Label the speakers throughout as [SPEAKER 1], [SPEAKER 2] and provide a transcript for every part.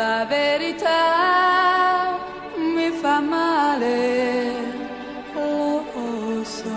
[SPEAKER 1] la verità mi fa male, lo so.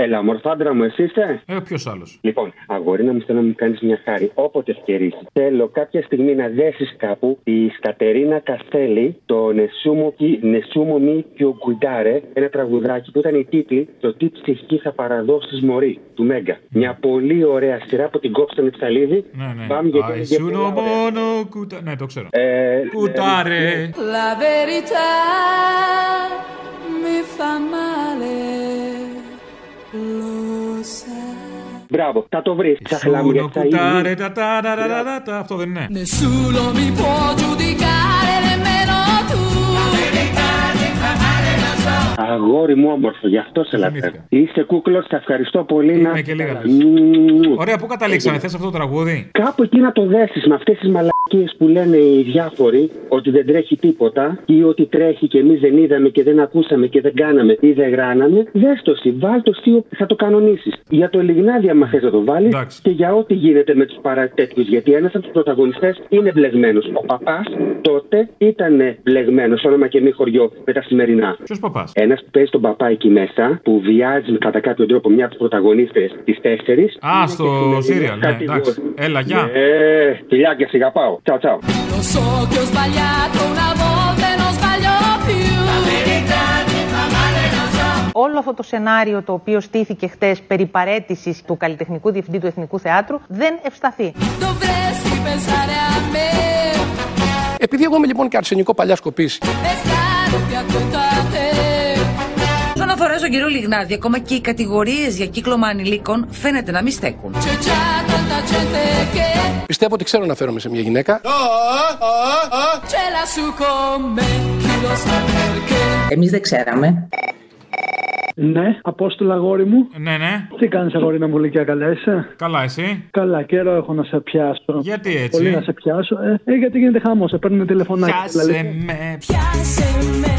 [SPEAKER 2] Έλα, μορφάντρα μου, εσύ είσαι.
[SPEAKER 3] Ε, ποιος άλλος.
[SPEAKER 2] Λοιπόν, αγόρι να μου θέλω να μου κάνεις μια χάρη, όποτε ευκαιρίσει. Θέλω κάποια στιγμή να δέσεις κάπου τη Κατερίνα Καστέλη, το Νεσούμο, Κι- Νεσούμο Μη Πιογκουντάρε, ένα τραγουδάκι που ήταν η τίτλη Το τι ψυχή θα παραδώσει Μωρή, του Μέγκα. Μια πολύ ωραία σειρά που την κόψανε Νεψαλίδη.
[SPEAKER 3] Ναι, ναι.
[SPEAKER 2] Πάμε γιατί είναι
[SPEAKER 3] Α,
[SPEAKER 2] και
[SPEAKER 3] σου
[SPEAKER 2] πολύ ωραία.
[SPEAKER 3] μόνο κουτά. Ναι, το ξέρω.
[SPEAKER 2] Ε,
[SPEAKER 3] Κουτάρε.
[SPEAKER 1] La verità mi fa male, lo sai.
[SPEAKER 2] Μπράβο, θα το βρεις. Ψαχνάμε για
[SPEAKER 3] Σούνο
[SPEAKER 2] αυτά. ήδη.
[SPEAKER 3] κουτάρε. Τα τα τα τα τα τα τα. Αυτό δεν
[SPEAKER 1] Ναι.
[SPEAKER 3] είναι.
[SPEAKER 1] Nessuno mi può giudicare, nemmeno tu.
[SPEAKER 2] Αγόρι μου, όμορφο, γι' αυτό σε λατρεύω.
[SPEAKER 3] Θυμήθηκα.
[SPEAKER 2] Είσαι κούκλος, σε ευχαριστώ πολύ.
[SPEAKER 3] Είμαι
[SPEAKER 2] να-
[SPEAKER 3] και λίγα.
[SPEAKER 2] Μμμ.
[SPEAKER 3] Ωραία, πού
[SPEAKER 2] Ε,
[SPEAKER 3] καταλήξανε. Θες αυτό το τραγούδι.
[SPEAKER 2] Κάπου εκεί να το δέσεις με αυτές τις μαλακίες που λένε οι διάφοροι ότι δεν τρέχει τίποτα ή ότι τρέχει και εμείς δεν είδαμε και δεν ακούσαμε και δεν κάναμε ή δεν γράναμε. Δες το εσύ, βάλ το εσύ, θα το κανονίσεις. Για το Λιγνάδι άμα θες να το βάλεις
[SPEAKER 3] Εντάξει.
[SPEAKER 2] και για ό,τι γίνεται με τους παρατέτοιους. Γιατί ένας από τους πρωταγωνιστές είναι μπλεγμένος. Ο παπάς τότε ήταν μπλεγμένος, όνομα και μη χωριό με τα σημερινά.
[SPEAKER 3] Ποιος παπάς.
[SPEAKER 2] Ένας που παίζει τον παπά εκεί μέσα, που βιάζει κατά κάποιο τρόπο μια από τις πρωταγωνίστρε τη τέσσερι.
[SPEAKER 3] Α, στο Σύριαλ. Ναι, εντάξει. Έλα, γεια.
[SPEAKER 2] Ε, φιλιά και σιγά πάω. Τσαου, τσαου.
[SPEAKER 1] Lo so che ho sbagliato una volta e non sbaglio più.
[SPEAKER 4] Όλο αυτό το σενάριο το οποίο στήθηκε χθε περί παρέτησης του καλλιτεχνικού διευθυντή του Εθνικού Θεάτρου δεν ευσταθεί.
[SPEAKER 1] Dovresti pensare a me
[SPEAKER 5] Επειδή εγώ είμαι λοιπόν και αρσενικό παλιά σκοπής,
[SPEAKER 1] e starti accanto a te.
[SPEAKER 6] Όσον αφορά στον κύριο Λιγνάδη, ακόμα και οι κατηγορίες για κύκλωμα ανηλίκων φαίνεται να μην στέκουν.
[SPEAKER 1] C'è già tanta gente che
[SPEAKER 5] πιστεύω ότι ξέρω να φέρομαι σε μια γυναίκα.
[SPEAKER 1] ce l'ha su con me. Chi lo sa perché?
[SPEAKER 6] Εμείς δεν ξέραμε.
[SPEAKER 7] Ναι, Απόστολα αγόρι μου.
[SPEAKER 3] Ναι, ναι.
[SPEAKER 7] Τι κάνεις αγόρι μου γλυκιά, καλά είσαι.
[SPEAKER 3] Καλά, εσύ.
[SPEAKER 7] Καλά, καιρό έχω να σε πιάσω.
[SPEAKER 3] Γιατί έτσι?
[SPEAKER 7] Πολύ να σε πιάσω. Ε, ε, γιατί γίνεται χάμος, σε παίρνουν τηλεφωνάκι.
[SPEAKER 3] Πιάσε
[SPEAKER 7] Δηλαδή,
[SPEAKER 3] με.
[SPEAKER 1] Piace me,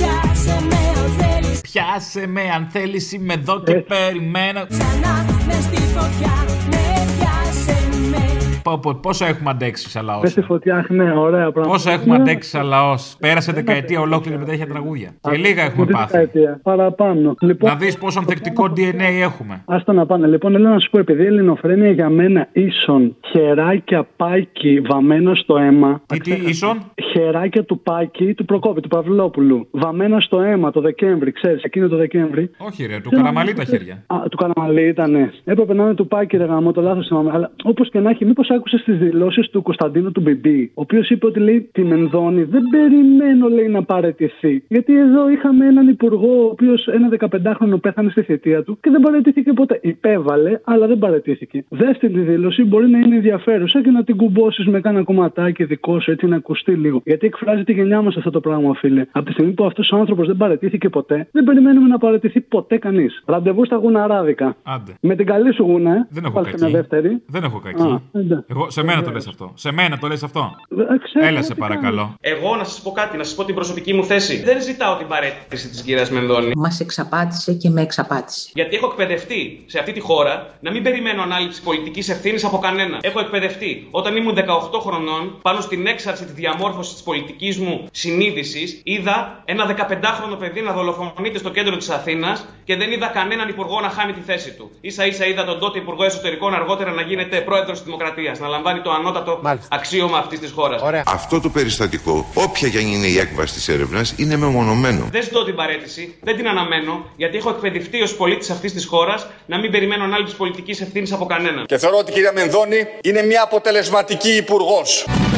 [SPEAKER 1] piace me, o θέλεις
[SPEAKER 3] Πιάσε με αν θέλεις. Είμαι εδώ και
[SPEAKER 7] Ε.
[SPEAKER 3] περιμένω.
[SPEAKER 1] ξανά μες στη φωτιά. Με πιάσε με,
[SPEAKER 3] Πω, πω, πόσο έχουμε αντέξει σαν λαός.
[SPEAKER 7] Πες τη φωτιά, ναι, ωραία πράγμα.
[SPEAKER 3] Πόσο έχουμε
[SPEAKER 7] Ναι,
[SPEAKER 3] αντέξει σαν λαός. Πέρασε δεκαετία ολόκληρη με τέτοια τραγούδια. Και λίγα έχουμε
[SPEAKER 7] αυτή τη
[SPEAKER 3] πάθει.
[SPEAKER 7] δεκαετία, Παραπάνω. Λοιπόν,
[SPEAKER 3] Να δεις πόσο
[SPEAKER 7] Ναι.
[SPEAKER 3] ανθεκτικό DNA έχουμε.
[SPEAKER 7] Άστα να πάνε. Λοιπόν, έλα να σου πω, επειδή η ελληνοφρένεια για μένα ίσον χεράκια πάκι βαμμένα στο αίμα.
[SPEAKER 3] Τι, τι, ίσον.
[SPEAKER 7] Χεράκια του πάκι του Προκόπη, του Παυλόπουλου. Βαμμένα στο αίμα το Δεκέμβρη, ξέρεις, εκείνο το Δεκέμβρη.
[SPEAKER 3] Όχι, ρε,
[SPEAKER 7] Ναι.
[SPEAKER 3] του καραμαλεί τα χέρια.
[SPEAKER 7] Α, του Καραμαλή ήταν, ναι. Έπρεπε να είναι του Πάκη, ρε γαμό, το λάθος θυμάμαι. Αλλά όπως και να έχει, μήπως άκουσε τι δηλώσεις του Κωνσταντίνου του Μπιμπί, ο οποίος είπε ότι λέει τη Μενδώνη δεν περιμένω, λέει, να παραιτηθεί. Γιατί εδώ είχαμε έναν υπουργό, ο οποίος ένα 15χρονο πέθανε στη θητεία του και δεν παραιτήθηκε ποτέ. Υπέβαλε, αλλά δεν παραιτήθηκε. Δεύτερη τη δήλωση μπορεί να είναι ενδιαφέρουσα και να την κουμπώσεις με κάνα κομματάκι δικό σου, έτσι να ακουστεί λίγο. Γιατί εκφράζει τη γενιά μας αυτό το πράγμα, φίλε. Από τη στιγμή που αυτός ο άνθρωπος δεν παραιτήθηκε ποτέ, δεν περιμένουμε να παραιτηθεί ποτέ κανείς. Ραντεβού στα γουναράδικα.
[SPEAKER 3] Άντε.
[SPEAKER 7] Με την καλή σου γούνα, ε.
[SPEAKER 3] Δεν έχω
[SPEAKER 7] Βάλτε μια
[SPEAKER 3] κακή.
[SPEAKER 7] δεύτερη.
[SPEAKER 3] Δεν έχω
[SPEAKER 7] Α, ναι.
[SPEAKER 3] κακή.
[SPEAKER 7] εντάξει.
[SPEAKER 3] Εγώ, σε μένα το λες αυτό. Σε μένα το λες αυτό.
[SPEAKER 7] Ε, ξέρω
[SPEAKER 3] Έλα
[SPEAKER 7] τι
[SPEAKER 3] σε
[SPEAKER 7] κάνει.
[SPEAKER 3] παρακαλώ.
[SPEAKER 8] Εγώ να σας πω κάτι, να σας πω την προσωπική μου θέση. Δεν ζητάω την παρέτηση της κυρίας Μενδώνη.
[SPEAKER 6] Μας εξαπάτησε και με εξαπάτησε.
[SPEAKER 8] Γιατί έχω εκπαιδευτεί σε αυτή τη χώρα να μην περιμένω ανάληψη πολιτικής ευθύνης από κανένα. Έχω εκπαιδευτεί όταν ήμουν 18 χρονών πάνω στην έξαρση τη διαμόρφωσης της πολιτικής μου συνείδησης. Είδα ένα 15χρονο παιδί να δολοφονείται στο κέντρο της Αθήνας και δεν είδα κανέναν υπουργό να χάνει τη θέση του. σα ίσα είδα τον τότε υπουργό εσωτερικών αργότερα να γίνεται πρόεδρος της Δημοκρατίας, να λαμβάνει το ανώτατο
[SPEAKER 5] Μάλιστα.
[SPEAKER 8] αξίωμα αυτής της χώρας.
[SPEAKER 5] Ωραία.
[SPEAKER 9] Αυτό το περιστατικό, όποια και αν είναι η έκβαση της έρευνας, είναι μεμονωμένο.
[SPEAKER 8] Δεν ζητώ την παρέτηση, δεν την αναμένω, γιατί έχω εκπαιδευτεί ως πολίτης αυτής της χώρας να μην περιμένω ανάληψη πολιτικής ευθύνης από κανέναν.
[SPEAKER 10] Και θεωρώ ότι η κυρία Μενδώνη είναι μια αποτελεσματική υπουργός.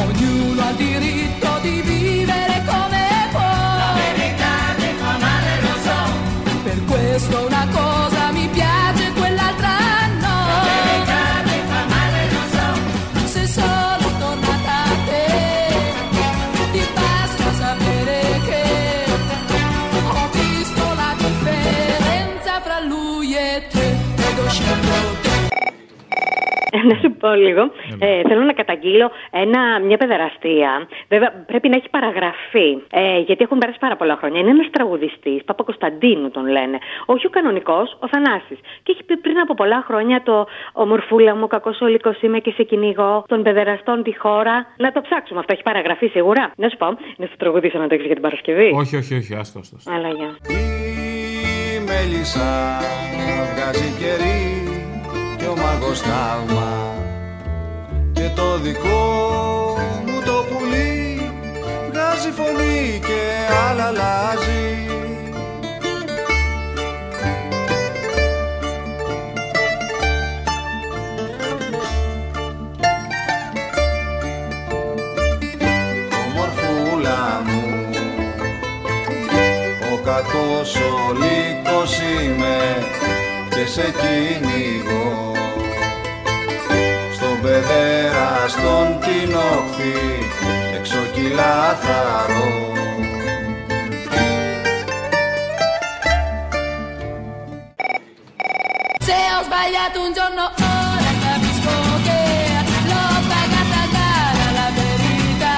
[SPEAKER 1] ognuno ha il diritto di vivere come può. La verità mi fa male, lo so. Per questo una cosa mi piace, quell'altra no. La verità mi fa male, lo so. Se sono tornata a te, ti basta sapere che ho visto la differenza fra lui e te. Ed ho scelto te.
[SPEAKER 11] να σου πω λίγο. Ε, θέλω να καταγγείλω ένα, μια παιδεραστία. Βέβαια, πρέπει να έχει παραγραφεί. Ε, γιατί έχουν περάσει πάρα πολλά χρόνια. Είναι ένας τραγουδιστής, Παπα-Κωνσταντίνου τον λένε. Όχι ο κανονικός, ο Θανάσης. Και έχει πει πριν από πολλά χρόνια το Ομορφούλα μου, κακός ολικό είμαι και σε κυνηγώ των παιδεραστών τη χώρα. Να το ψάξουμε αυτό, έχει παραγραφεί σίγουρα. Να σου πω, να σου τραγουδήσω να το έχεις για την
[SPEAKER 7] Ε.
[SPEAKER 11] Παρασκευή.
[SPEAKER 12] Όχι, όχι, όχι, άστο, άστο.
[SPEAKER 11] Αλλά για.
[SPEAKER 7] μέλισσα βγάζει κερί και ο μάγος θαύμα και το δικό μου το πουλί βγάζει φωνή και άλλα αλλάζει Ομορφούλα μου ο κακός ο λύκος είμαι και σε κυνηγώ Στον παιδέρα στον κοινόχθη έξω κυλάθαρω
[SPEAKER 1] Se ho sbagliato un giorno, ora capisco che l'ho pagata cara la verità.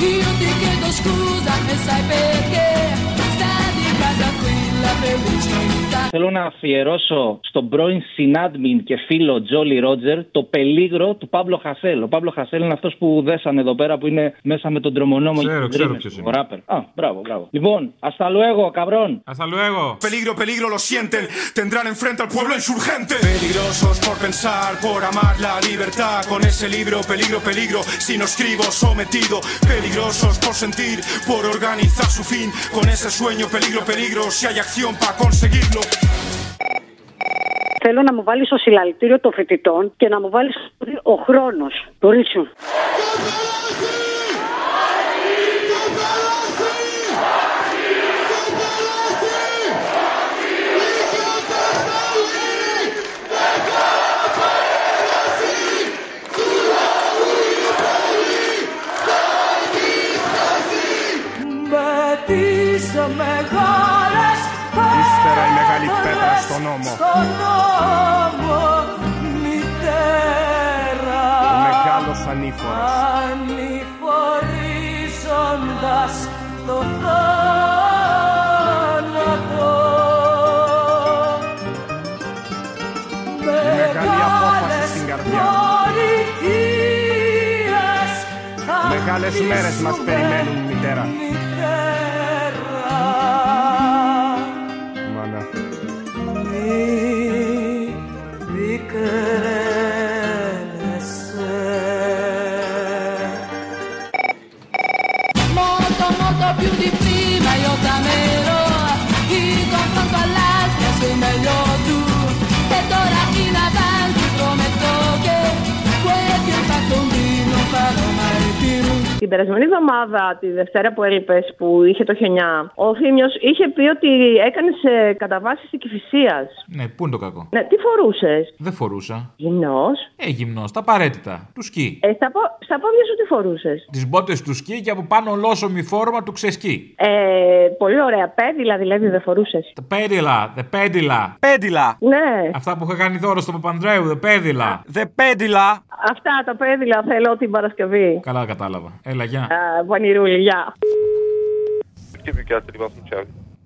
[SPEAKER 1] Io ti chiedo scusa e sai perché sta di casa qui la felicità.
[SPEAKER 8] Θέλω να αφιερώσω στον πρώην συνάδμιν και φίλο Τζόλι Ρότζερ το πελίγρο του Παύλο Χασέλ. Ο Παύλο Χασέλ είναι αυτός που δέσανε εδώ πέρα που είναι μέσα με τον τρομονόμο.
[SPEAKER 12] Ξέρω,
[SPEAKER 8] και τον
[SPEAKER 12] ξέρω
[SPEAKER 8] Dreamer,
[SPEAKER 12] ποιος
[SPEAKER 8] ο
[SPEAKER 12] είναι.
[SPEAKER 8] ράπερ. Α, μπράβο, μπράβο. Λοιπόν, hasta luego, cabrón.
[SPEAKER 12] Hasta luego.
[SPEAKER 7] Peligro, peligro, lo sienten. Tendrán enfrente al pueblo insurgente. Peligrosos por pensar, por amar la libertad. Con ese libro, peligro, peligro, si no escribo sometido. Peligrosos por sentir, por organizar su fin. Con ese sueño, peligro, peligro, si hay acción para conseguirlo.
[SPEAKER 13] Θέλω να μου βάλεις στο συλλαλητήριο των φοιτητών και να μου βάλεις ο χρόνος του ρίτσου.
[SPEAKER 1] Με τις μεγάλες
[SPEAKER 7] Ύστερα η μεγάλη πέτρα
[SPEAKER 1] πέτρες
[SPEAKER 7] στον νόμο.
[SPEAKER 1] Στον νόμο μητέρα Ανηφορίζοντας το θάνατο
[SPEAKER 7] μεγάλη απόφαση στην καρδιά.
[SPEAKER 1] δωρητείες θα
[SPEAKER 7] Μεγάλες μέρες μας
[SPEAKER 1] χτίσουμε,
[SPEAKER 7] περιμένουν, μητέρα.
[SPEAKER 1] μητέρα.
[SPEAKER 7] Μάνα.
[SPEAKER 1] Μη μικραίνεσαι. Molto, molto più di prima io t'amerò. In confronto all'altra sei meglio tu. Ed ora in avanti prometto che quel che ho fatto un dì non farò mai più.
[SPEAKER 14] Την περασμένη εβδομάδα, τη Δευτέρα που έλειπες, που είχε το χιονιά, ο Θήμιος είχε πει ότι έκανε καταβάσει οικηφυσία.
[SPEAKER 12] Ναι, πού είναι το κακό.
[SPEAKER 14] Ναι, τι φορούσες.
[SPEAKER 12] Δεν φορούσα.
[SPEAKER 14] Γυμνός.
[SPEAKER 12] Ε, γυμνός, τα απαραίτητα. Του σκι.
[SPEAKER 14] Ε, στα, πο- στα πόδια σου τι φορούσες.
[SPEAKER 12] Τις μπότες του σκι και από πάνω ολόσωμη φόρμα του ξεσκι.
[SPEAKER 14] Ε, πολύ ωραία. Πέδιλα δηλαδή δεν φορούσες.
[SPEAKER 12] Τα πέντιλα, δε πέντιλα. Πέντιλα.
[SPEAKER 14] Ναι.
[SPEAKER 12] Αυτά που είχα κάνει δώρο στον Παπανδρέου, δε πέντιλα.
[SPEAKER 15] Ε,
[SPEAKER 12] Δε πέντιλα.
[SPEAKER 14] Αυτά τα πέδιλα θέλω την Παρασκευή.
[SPEAKER 12] Καλά κατάλαβα. Έλα, γεια.
[SPEAKER 14] Ε, Βανιρούλη, γεια.
[SPEAKER 16] Τυπικά στην Βάθμου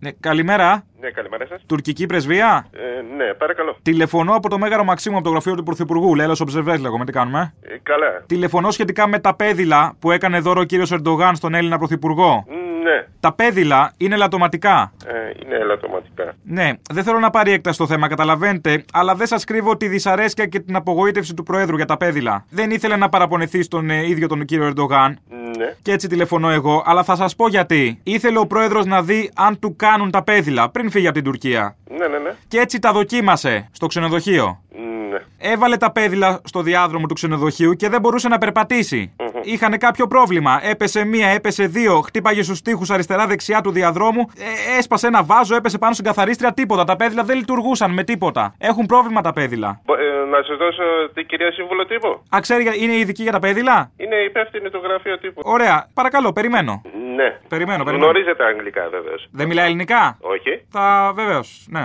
[SPEAKER 15] Ναι, καλημέρα.
[SPEAKER 16] Ναι, καλημέρα σας.
[SPEAKER 15] Τουρκική πρεσβεία.
[SPEAKER 16] Ε, ναι, παρακαλώ.
[SPEAKER 15] Τηλεφωνώ από το Μέγαρο Μαξίμου από το γραφείο του Πρωθυπουργού. Λέλο Οψεβέ, λέγομαι. Τι κάνουμε.
[SPEAKER 16] Ε, καλά.
[SPEAKER 15] Τηλεφωνώ σχετικά με τα πέδιλα που έκανε δώρο ο κύριος Ερντογάν στον Έλληνα Πρωθυπουργό.
[SPEAKER 7] Ε.
[SPEAKER 16] Ναι,
[SPEAKER 15] Τα πέδιλα είναι λατωματικά.
[SPEAKER 16] ε, είναι ελαττωματικά.
[SPEAKER 15] Ναι, δεν θέλω να πάρει έκταση το θέμα, καταλαβαίνετε, αλλά δεν σας κρύβω τη δυσαρέσκεια και την απογοήτευση του Προέδρου για τα πέδιλα. Δεν ήθελε να παραπονεθεί στον ε, ίδιο τον κύριο Ερντογάν.
[SPEAKER 16] Ναι.
[SPEAKER 15] Και έτσι τηλεφωνώ εγώ, αλλά θα σας πω γιατί. Ήθελε ο Πρόεδρος να δει αν του κάνουν τα πέδιλα πριν φύγει από την Τουρκία.
[SPEAKER 16] Ναι, ναι, ναι.
[SPEAKER 15] Και έτσι τα δοκίμασε στο ξενοδοχείο.
[SPEAKER 16] Ναι.
[SPEAKER 15] Έβαλε τα πέδιλα στο διάδρομο του ξενοδοχείου και δεν μπορούσε να περπατησει Είχαν κάποιο πρόβλημα. Έπεσε μία, έπεσε δύο, χτύπαγε στους τοίχου αριστερά-δεξιά του διαδρόμου, ε, έσπασε ένα βάζο, έπεσε πάνω στην καθαρίστρια, τίποτα. Τα πέδιλα δεν λειτουργούσαν με τίποτα. Έχουν πρόβλημα τα πέδιλα.
[SPEAKER 16] Μπο- ε, να σας δώσω την κυρία σύμβουλο τύπου.
[SPEAKER 15] Α, ξέρει, είναι ειδική για τα πέδιλα.
[SPEAKER 16] Είναι υπεύθυνη του γραφείου τύπου.
[SPEAKER 15] Ωραία, παρακαλώ, περιμένω.
[SPEAKER 16] Ναι.
[SPEAKER 15] Περιμένω, περιμένω.
[SPEAKER 16] Γνωρίζετε αγγλικά βεβαίως.
[SPEAKER 15] Δεν μιλάει ελληνικά.
[SPEAKER 16] Όχι.
[SPEAKER 15] Τα βεβαίως, ναι.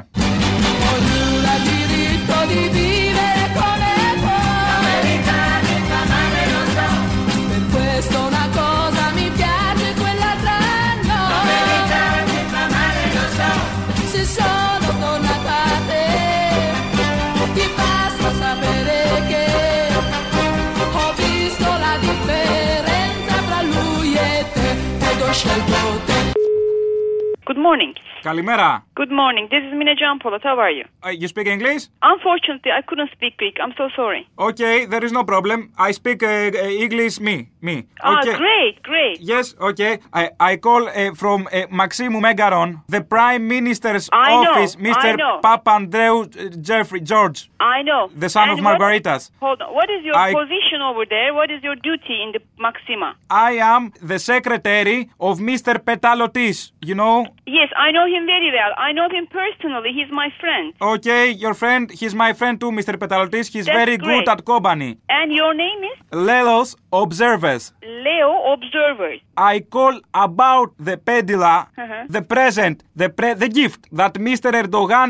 [SPEAKER 1] Ognuno ha il diritto di vivere come può.
[SPEAKER 11] Good morning.
[SPEAKER 15] Καλημέρα.
[SPEAKER 11] Good morning. This is Mina Giampolo. How are you?
[SPEAKER 15] Uh, you speak English?
[SPEAKER 11] Unfortunately, I couldn't speak Greek. I'm so sorry.
[SPEAKER 15] Okay, there is no problem. I speak uh, uh, English, me, me.
[SPEAKER 11] Ah,
[SPEAKER 15] Okay.
[SPEAKER 11] great, great.
[SPEAKER 15] Yes, okay. I, I call uh, from uh, Maximu Megaron, the Prime Minister's
[SPEAKER 11] I know,
[SPEAKER 15] office,
[SPEAKER 11] I
[SPEAKER 15] Mr.
[SPEAKER 11] know.
[SPEAKER 15] Papandreou uh, Jeffrey George,
[SPEAKER 11] I know.
[SPEAKER 15] the son
[SPEAKER 11] And
[SPEAKER 15] of
[SPEAKER 11] what-
[SPEAKER 15] Margaritas.
[SPEAKER 11] hold on. What is your
[SPEAKER 15] I-
[SPEAKER 11] position over there? What is your duty in the Maxima?
[SPEAKER 15] I am the secretary of Mr. Petalotis, you know?
[SPEAKER 11] Yes, I know him very well. I know him personally. He's my friend.
[SPEAKER 15] Okay, your friend, he's my friend too, Mr. Petalotis. He's
[SPEAKER 11] That's
[SPEAKER 15] very
[SPEAKER 11] great.
[SPEAKER 15] good at company.
[SPEAKER 11] And your name is
[SPEAKER 15] Lelos observers.
[SPEAKER 11] Leo Observer.
[SPEAKER 15] I call about the pedila,
[SPEAKER 11] Uh-huh.
[SPEAKER 15] the present, the pre- the gift that Mr. Erdogan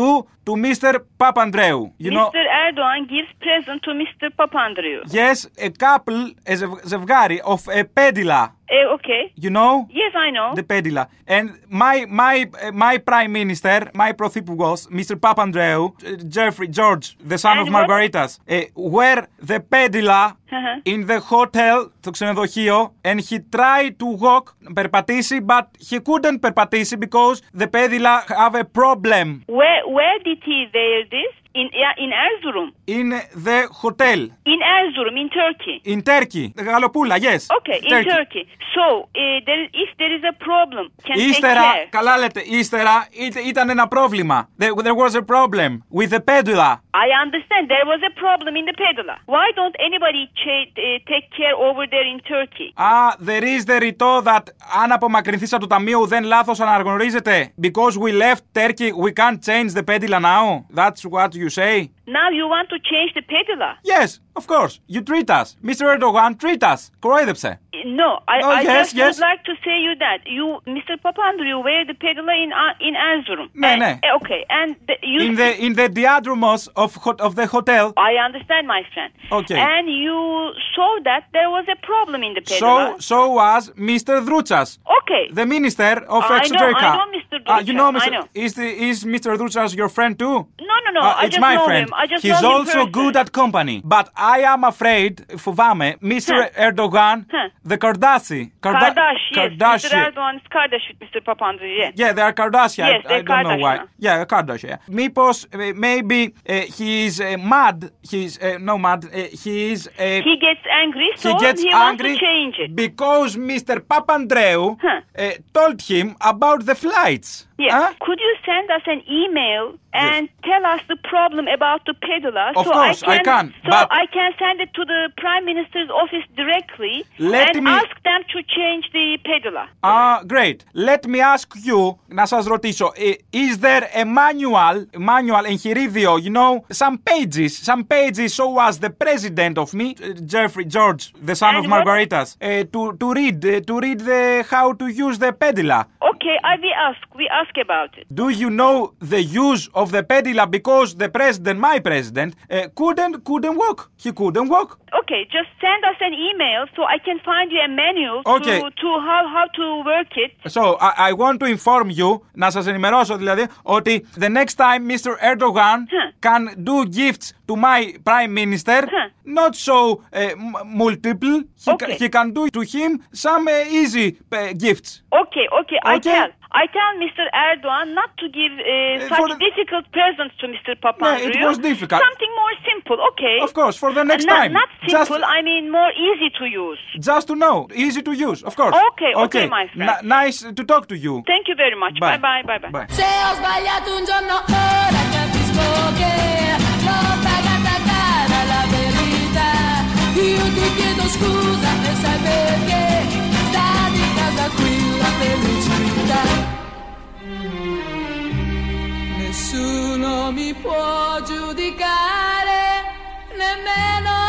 [SPEAKER 15] do to Mr. Papandreou. You
[SPEAKER 11] Mr.
[SPEAKER 15] know,
[SPEAKER 11] Erdogan gives present to Mr. Papandreou.
[SPEAKER 15] yes, a couple, a zev- zevgari of a pedila.
[SPEAKER 11] Eh, okay.
[SPEAKER 15] You know,
[SPEAKER 11] Yes, I know.
[SPEAKER 15] the pedila. And my my uh, my prime minister, my prothipugos, Mr. Papandreou, uh, Jeffrey George, the son of
[SPEAKER 11] And what-
[SPEAKER 15] Margaritas, uh, were the pedila
[SPEAKER 11] Uh-huh.
[SPEAKER 15] in the hotel, το ξενοδοχείο, and he tried to walk, περπατήσει, but he couldn't περπατήσει because the pedila have a problem
[SPEAKER 11] Where where did he there this? In yeah, in Erzurum.
[SPEAKER 15] in the hotel.
[SPEAKER 11] In Erzurum, in Turkey.
[SPEAKER 15] In Turkey, Γαλοπούλα, yes.
[SPEAKER 11] Okay, in Turkey. So, eh, there, if there is a problem, can
[SPEAKER 15] Ύστερα,
[SPEAKER 11] take care.
[SPEAKER 15] καλά λέτε, ύστερα ήτα- ήταν ένα πρόβλημα. There, there was a problem with the E pedula.
[SPEAKER 11] I understand there was a problem in the pedala. Why don't anybody cha- eh, take care over there in Turkey?
[SPEAKER 15] Ah, there is the ρητό that αν απομακρυνθείς από το ταμείο δεν λάθος αναγνωρίζεται. Because we left Turkey, we can't change the E pedula now. That's what you say.
[SPEAKER 11] Now you want to change the pedala?
[SPEAKER 15] Yes, of course. You treat us. Mr. Erdogan, treat us. Κοροϊδεψε.
[SPEAKER 11] Eh, No, I,
[SPEAKER 15] No,
[SPEAKER 11] I
[SPEAKER 15] yes,
[SPEAKER 11] just
[SPEAKER 15] yes.
[SPEAKER 11] would like to say you that you, Mr. Papandreou, were the pedala in uh, in Erzurum.
[SPEAKER 15] Ναι,
[SPEAKER 11] And-
[SPEAKER 15] ναι.
[SPEAKER 11] eh, Okay, and the, you.
[SPEAKER 15] In the, in the diadromos of, hot- of the hotel.
[SPEAKER 11] I understand, my friend.
[SPEAKER 15] Okay.
[SPEAKER 11] And you saw that there was a problem in the
[SPEAKER 15] So,
[SPEAKER 11] pedala.
[SPEAKER 15] so was Mr. Druchas.
[SPEAKER 11] okay.
[SPEAKER 15] The minister of
[SPEAKER 11] I know-
[SPEAKER 15] Exoterica.
[SPEAKER 11] I know Mr.
[SPEAKER 15] Ah, you know
[SPEAKER 11] Druchas, I
[SPEAKER 15] Mr.
[SPEAKER 11] know.
[SPEAKER 15] Is, the, is Mr. Druchas your friend too?
[SPEAKER 11] No, no, no.
[SPEAKER 15] Ah,
[SPEAKER 11] I
[SPEAKER 15] it's
[SPEAKER 11] just
[SPEAKER 15] my
[SPEAKER 11] know
[SPEAKER 15] friend.
[SPEAKER 11] him. I just
[SPEAKER 15] He's
[SPEAKER 11] know him
[SPEAKER 15] also
[SPEAKER 11] personally.
[SPEAKER 15] good at company. But I am afraid, φοβάμαι, Mr. Erdogan,
[SPEAKER 11] Huh.
[SPEAKER 15] the Kardashian. Karda-
[SPEAKER 11] Kardash, yes. Mr.
[SPEAKER 15] Kardashian.
[SPEAKER 11] Erdogan is Kardash with Mr. Papandreou, yeah.
[SPEAKER 15] Yeah, they are Kardashian.
[SPEAKER 11] Yes,
[SPEAKER 15] I- I
[SPEAKER 11] they're
[SPEAKER 15] don't know why.
[SPEAKER 11] Kardashian.
[SPEAKER 15] Yeah, Kardashian. Μήπως, ε, maybe ε, he is ε, mad. He's uh, no mad. ε, he is. eh, ε,
[SPEAKER 11] He gets angry, so he,
[SPEAKER 15] gets
[SPEAKER 11] wants
[SPEAKER 15] angry
[SPEAKER 11] to change it.
[SPEAKER 15] because Mr. Papandreou uh, told him about the flights.
[SPEAKER 11] Yeah. Could you send us an email and tell us the problem about the peddler?
[SPEAKER 15] Of
[SPEAKER 11] so
[SPEAKER 15] course, I
[SPEAKER 11] I can,
[SPEAKER 15] can,
[SPEAKER 11] So
[SPEAKER 15] but-
[SPEAKER 11] I can send it to the Prime Minister's office directly
[SPEAKER 15] Let
[SPEAKER 11] and
[SPEAKER 15] me-
[SPEAKER 11] ask them to change the peddler.
[SPEAKER 15] Ah, great. Let me ask you, να σας ρωτήσω, ε, is there a manual, manual εγχειρίδιο, you know, some pages, some pages, so was the president of me, ε, Jeffrey George, the son of
[SPEAKER 11] And what-
[SPEAKER 15] Margaritas, ε, to, to read, ε, to read the, how to use the pedila.
[SPEAKER 11] Okay, I will ask. We ask about it.
[SPEAKER 15] Do you know the use of the pedila because the president, my president, uh, couldn't couldn't walk. He couldn't walk.
[SPEAKER 11] Okay, just send us an email so I can find you a manual
[SPEAKER 15] Okay.
[SPEAKER 11] to, to how, how to work it.
[SPEAKER 15] So I, I want to inform you, να σας ενημερώσω δηλαδή, ότι the next time Mr. Erdogan can do gifts to my prime minister, not so uh, m- multiple, he, ca- he can do to him some uh, easy uh, gifts.
[SPEAKER 11] Okay, okay, I
[SPEAKER 15] Okay.
[SPEAKER 11] tell. I tell Mr. Erdogan not to give uh,
[SPEAKER 15] for
[SPEAKER 11] such difficult presents to Mr. Papandreou.
[SPEAKER 15] it was difficult.
[SPEAKER 11] Something more simple, okay?
[SPEAKER 15] Of course, for the next
[SPEAKER 11] not,
[SPEAKER 15] time.
[SPEAKER 11] Not
[SPEAKER 15] Just-
[SPEAKER 11] simple, I mean more easy to use.
[SPEAKER 15] Just to know, easy to use, of course.
[SPEAKER 11] Okay, okay, my friend.
[SPEAKER 15] N- nice to talk to you.
[SPEAKER 11] Thank you very much.
[SPEAKER 15] Bye.
[SPEAKER 11] bye, bye, bye.
[SPEAKER 15] Bye.
[SPEAKER 1] Se ho sbagliato un giorno ora capisco che l'ho pagata cara la verità Io ti chiedo scusa e sai perché sta di casa qui la felicità Nessuno mi può giudicare nemmeno